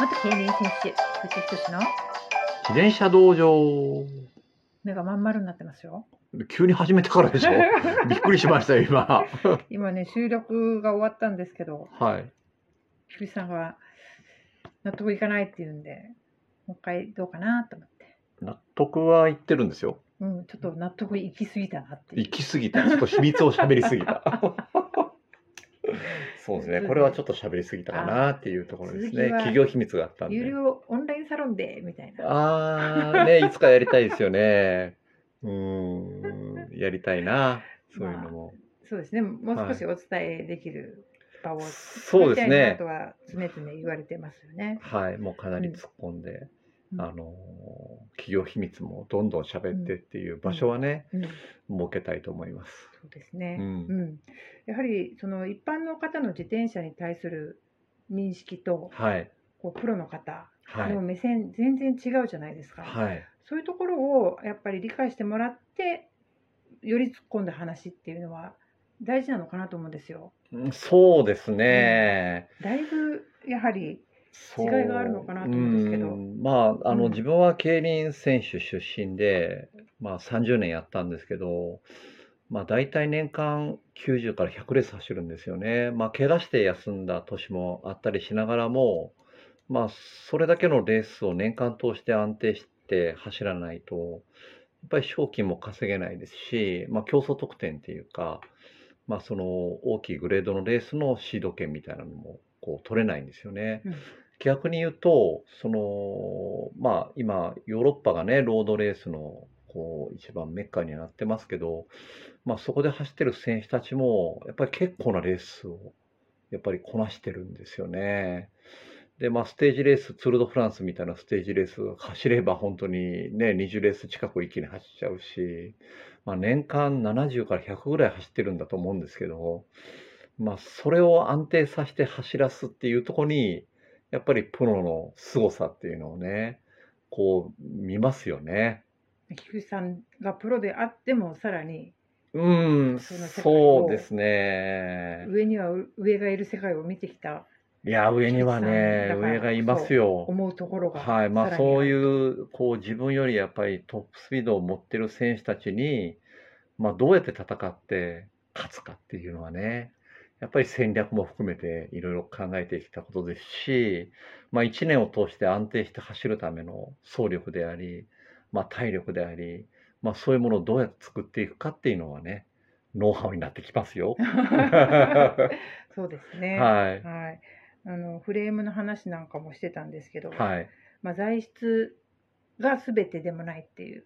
元経営選手、藤井仁の自転車道場。目がまん丸になってますよ。急に始めたか らでしょ。びっくりしましたよ、今。今ね、収録が終わったんですけど、はい。ひびさんが納得いかないって言うんで、もう一回どうかなと思って。納得は言ってるんですよ。うん、ちょっと納得いきすぎたなっていう行。き過ぎた。ちょっと秘密を喋りすぎ た。そうですね。これはちょっと喋りすぎたかなっていうところです続ね。きは企業秘密があったん有で。料オンラインサロンでみたいな。あー、ね、いつかやりたいですよね。うーん、やりたいな。そういうのも。そうですね、もう少しお伝えできる場をそ作うですりたいなねと。は常々言われてますよね。はい、もうかなり突っ込んで、うんあの企業秘密もどんどん喋ってっていう場所はね、うん、そ設けたいと思います。うですね。うんうん、やはりその一般の方の自転車に対する認識とはい、こうプロの方はのい、目線全然違うじゃないですか、はい、そういうところをやっぱり理解してもらってより突っ込んだ話っていうのは大事なのかなと思うんですよ。うんそうですね。だいぶやはりそう違いがあるのかなと思うんですけどんまああの、うん自分は競輪選手出身で、まあ30年やったんですけど。まあ、大体年間90から100レース走るんですよね。まあ、怪我して休んだ年もあったりしながらも、まあ、それだけのレースを年間通して安定して走らないと、やっぱり賞金も稼げないですし、まあ、競争得点っていうか、まあ、その大きいグレードのレースのシード権みたいなのもこう取れないんですよね。うん逆に言うと、そのまあ、今、ヨーロッパがね、ロードレースのこう一番メッカになってますけど、まあ、そこで走ってる選手たちも、やっぱり結構なレースをやっぱりこなしてるんですよね。で、まあ、ステージレース、ツール・ド・フランスみたいなステージレース走れば、本当にね、20レース近く一気に走っちゃうし、まあ、年間70から100ぐらい走ってるんだと思うんですけど、まあ、それを安定させて走らすっていうところに、やっぱりプロの凄さっていうのをね、こう見ますよね。菊池さんがプロであってもさらにうん、その世界をそうですね。上には上がいる世界を見てきたいや、上にはね、だから上がいますよ。思うところがはい、ま あ、そういうう、こう、自分よりやっぱりトップスピードを持ってる選手たちに、まあ、どうやって戦って勝つかっていうのはね、やっぱり戦略も含めていろいろ考えてきたことですし、まあ、1年を通して安定して走るための走力であり、まあ、体力であり、まあ、そういうものをどうやって作っていくかっていうのはね、ノウハウになってきま すよ。そうですねはい。はい、あのフレームの話なんかもしてたんですけど、はい。まあ、材質が全てでもないっていう、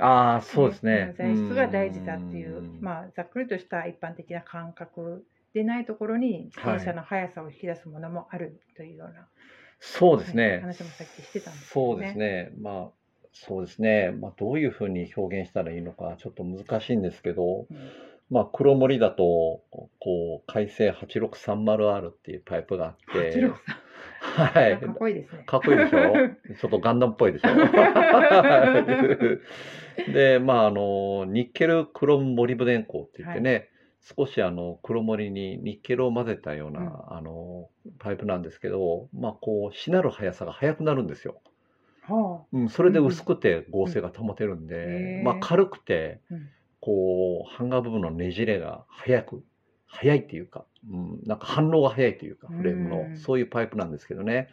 ああ、そうですね。材質が大事だっていううんまあ、ざっくりとした一般的な感覚でないところに自転車の速さを引き出すものもあるというような、そうですね。話もさっきしてたんですけそどうですね。ね。まあ、そうですね。まあ、どういうふうに表現したらいいのか、ちょっと難しいんですけど、うんまあ、黒森だと、こう、改正 8630R っていうパイプがあって、八郎さんはかっい。こいいですね。かっこいいでしょちょっとガンダムっぽいでしょで、まあ、あの、ニッケルクロムモリブデン鋼って言ってね、少しあの黒森にニッケルを混ぜたような、うんあのパイプなんですけど、まあ、こうしなる速さが速くなるんですよ。 はうん、それで薄くて合成が保てるんで、うんまあ、軽くてあ、うんこうハンガー部分のねじれが速く速いっていうか、うん、なんか反応が速いというかフレームの、うんそういうパイプなんですけどね、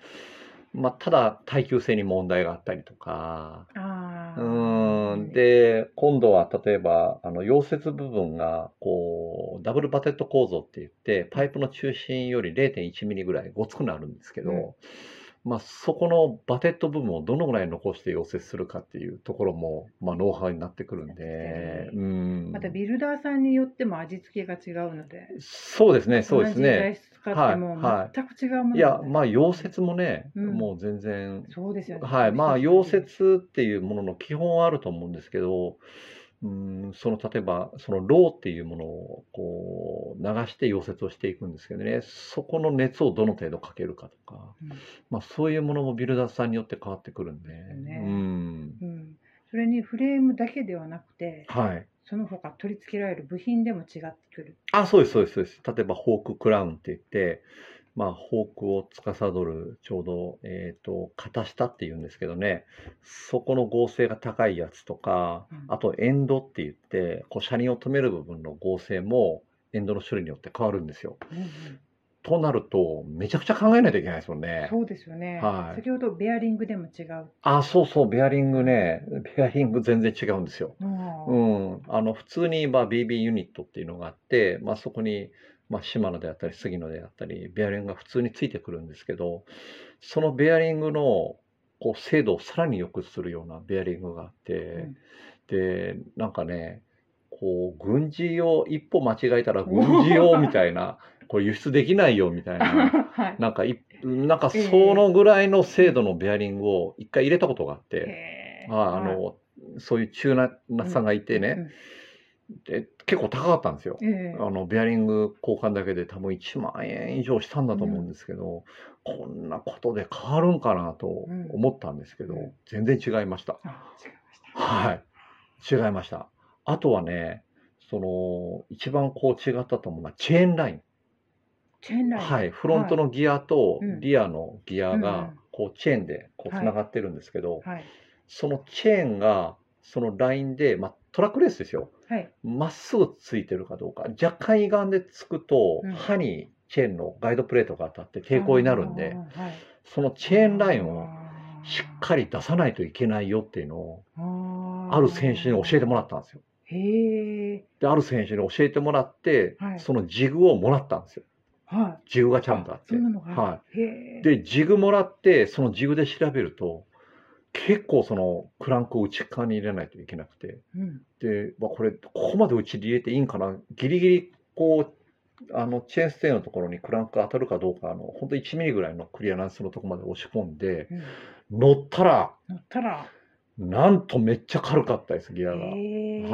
まあ、ただ耐久性に問題があったりとかあうあーん、で今度は例えばあの溶接部分がこうダブルバテット構造って言ってパイプの中心より0.1ミリぐらいごつくなるんですけど、まあ、そこのバテット部分をどのぐらい残して溶接するかっていうところも、まあ、ノウハウになってくるんで、うんまたビルダーさんによっても味付けが違うので、そうですねそうです同じ材ね。質使ってもはいはい全く違うものいになやる、まあ溶接もね、うんもう全然そうですよね。はい、まあそう溶ですよね。接っていうものの基本はあると思うんですけど、うん、その例えばそのローっていうものをこう流して溶接をしていくんですけどね、そこの熱をどの程度かけるかとか、まあそういうものもビルダーさんによって変わってくるんで、ねうん、うん、うんそれにフレームだけではなくて、はい。その他取り付けられる部品でも違ってくる。あ、そうですそうですそうです。例えばフォーククラウンって言って、まあ、フォークを司るちょうど、えー、と肩下っていうんですけどねそこの合成が高いやつとかうんあとエンドって言ってこう車輪を止める部分の合成もエンドの種類によって変わるんですよ。うんうんとなるとめちゃくちゃ考えないといけないですもんね。そうですよね、はい先ほどベアリングでも違う。あそうそうベアリングねベアリング全然違うんですよ。うんうん、あの普通にまあ BB ユニットっていうのがあって、まあ、そこに、まあ、島野であったり杉野であったりベアリングが普通についてくるんですけどそのベアリングのこう精度をさらに良くするようなベアリングがあって、うんでなんかねこう軍事用一歩間違えたら軍事用みた いなこれ輸出できないよみたいな。はいなんかいなんかええそのぐらいの精度のベアリングを一回入れたことがあって。へーまあ、あはいのそういう中ななさんがいてね、で結構高かったんですよう。んええあのベアリング交換だけで多分1万円以上したんだと思うんですけど、こんなことで変わるんかなとん思ったんですけど、うん全然違いました。あ違いましたはい違いました。あとはねその一番こう違ったと思うのはチェーンライン、チェーンライン。はい、フロントのギアとうんリアのギアがうんこうチェーンでこうはいつながってるんですけど、はい。そのチェーンがそのラインで、まあ、トラックレースですよはい。まっすぐついてるかどうか若干歪んでつくと、うん歯にチェーンのガイドプレートが当たって抵抗になるんであー。はいそのチェーンラインをしっかり出さないといけないよっていうのをある選手に教えてもらったんですよ。て。へえ。である選手に教えてもらって、はいそのジグをもらったんですよ。はジグがい。ちゃんとあってそんなのが。。はいへえ。い、でジグもらってそのジグで調べると結構そのクランクを内側に入れないといけなくて。うん。で、まあ、これここまでうちに入れていいんかなギリギリこうあのチェーンステーンのところにクランク当たるかどうかあの本当1ミリぐらいのクリアランスのとこまで押し込んでうん乗ったら乗ったら。なんとめっちゃ軽かったですギアが。は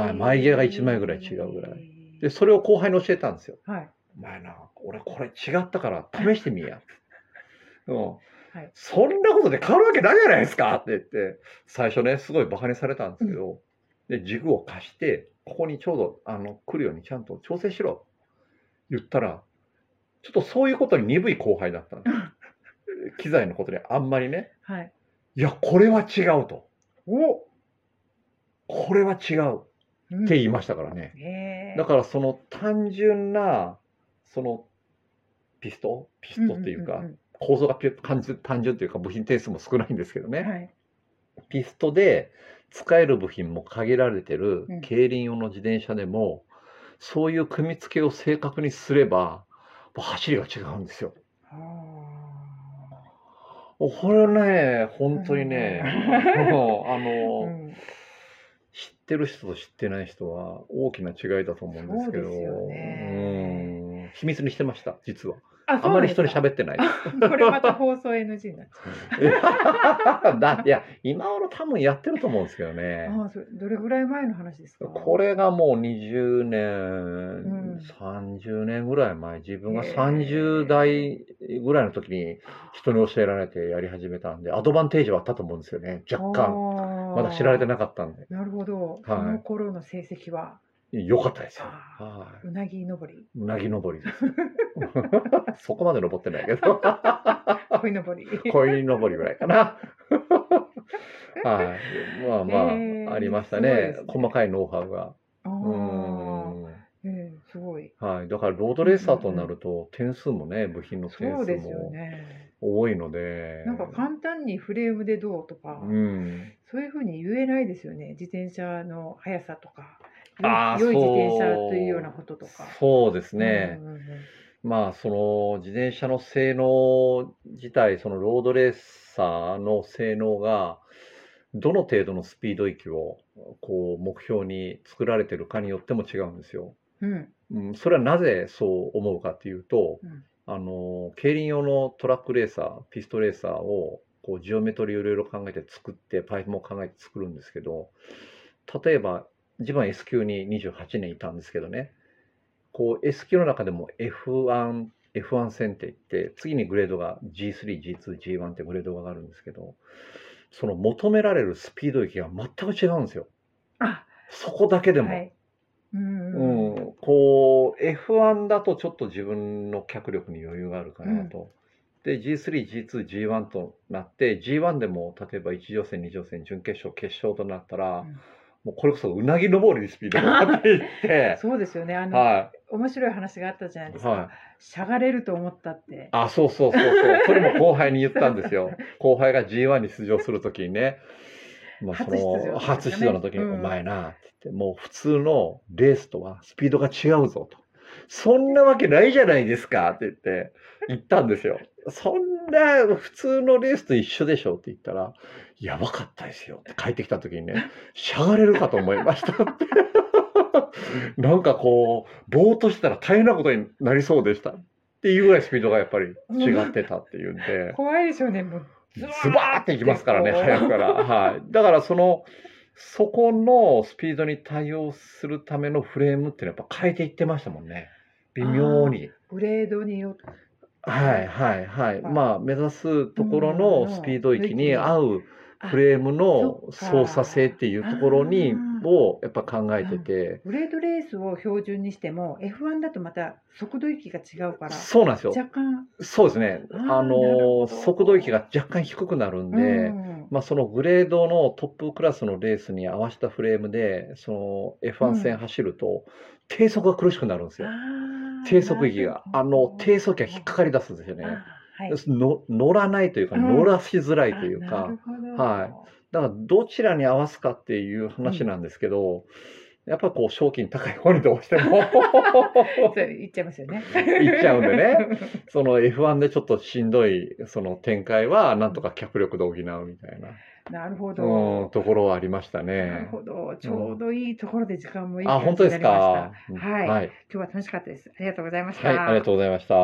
い前ギアが一枚ぐらい違うぐらいいでそれを後輩に教えたんですよ。はい。 お前な俺これ違ったから試してみいや。うんはいそんなことで変わるわけないじゃないですかって言って最初ねすごいバカにされたんですけど、で軸を貸してここにちょうどあの来るようにちゃんと調整しろ言ったらちょっとそういうことに鈍い後輩だったんです機材のことにあんまりねはい。いやこれは違うとお。これは違ううんって言いましたからね、へえ。だからその単純なそのピストピストっていうか、んんん構造がピュッ単純単純というか部品点数も少ないんですけどね、はい。ピストで使える部品も限られてるうん競輪用の自転車でも、そういう組み付けを正確にすればもう走りが違うんですよ。ああ。これね本当にね もうあの、うん知ってる人と知ってない人は大きな違いだと思うんですけそどうですよねうん秘密にしてました実は。ああまり人にっ喋 ってない。て。 これまた放送 NG になっちゃう。だいや今頃多分やってると思うんですけどね。ああ、それどれぐらい前の話ですか。これがもう20年、ん30年ぐらい前自分がへえ30代ぐらいの時に人に教えられてやり始めたんでアドバンテージはあったと思うんですよね若干干まだ知られてななかったんでなるほど、その頃の成績は良かったですよ。あはいうなぎ登りうなぎ登りです。 そこまで登ってないけど、 鯉登 り鯉登りぐらいかな。 はい、まあまあ、へえありましたすごいでねすね細かいノウハウが。あうーんええすごいはい、だからロードレーサーとなると点数もね、部品の点そう数ですよもね多いので、なんか簡単にフレームでどうとか、うん、そういうふうに言えないですよね自転車の速さとかあー良いそう自転車というようなこととかそうですねう、んうんうんまあその自転車の性能自体、そのロードレーサーの性能がどの程度のスピード域をこう目標に作られてるかによっても違うんですよ。うんうん、それはなぜそう思うかっていうと、うんあの競輪用のトラックレーサーピストレーサーをこうジオメトリーをいろいろ考えて作ってパイプも考えて作るんですけど例えば自分は S 級に28年いたんですけどねこう S 級の中でも F1F1 戦っていって次にグレードが G3G2G1 ってグレードが上がるんですけどその求められるスピード域が全く違うんですよあそこだけでも。はいうんうんうん、のこう F1 だとちょっと自分の脚力に余裕があるかなと、で G3G2G1 となって G1 でも例えば1次予選2次予選準決勝決勝となったら、うんもうこれこそうなぎ登りにスピードが上がっていって そうですよねあの、は面白い話があったじゃないでいすか、はいしゃがれると思ったってあそうそうそうそうそれも後輩に言ったんで すよ後輩が G1 に出場する時にね、まあ、そ初出場ですかのね初出場の時に「うんお前な」って言ってもう普通のレースとはスピードが違うぞと「そんなわけないじゃないですか」って言って言ったんですよ「そんな普通のレースと一緒でしょ」って言ったら「やばかったですよ」って帰ってきた時にね「しゃがれるかと思いました」って。 なんかこうぼーっとしてたら大変なことになりそうでしたっていうぐらいスピードがやっぱり違ってたっていうんで、怖いですよねもうズバーっていきます からね、こう早くから。はい。だからその、そこのスピードに対応するためのフレームっていうのはやっぱ変えていってましたもんね。微妙に。グレードによってはいはいははいい。まあ、目指すところのスピード域に合うあフレームのあそっか操作性っていうところにあ、ーをやっぱ考えてて、グレードレースを標準にしても F1 だとまた速度域が違うからそうなんですよ。若干、そうですね。あーあなるの、ほど速度域が若干低くなるんで、うんまあ、そのグレードのトップクラスのレースに合わせたフレームでそのうん F1 戦走ると低速が苦しくなるんですよ、あー低速域がなるあほのど低速域が引っかかり出すんですよねあーはいの乗らないというかうん乗らしづらいというか、あなるほどはいだからどちらに合わすかっていう話なんですけど、やっぱこう賞金高い方にどうし てそもう言っちゃいますよね。 言っちゃうんでね。その F1 でちょっとしんどいその展開はなんとか脚力で補うみたいな、 なるほうん、ど。ところはありましたね。なるほど。ちょうどいいところで時間もいい感あ、本じ当にでなすりました。か。はいはい。今日は楽しかったです。ありがとうございました。はい、ありがとうございました。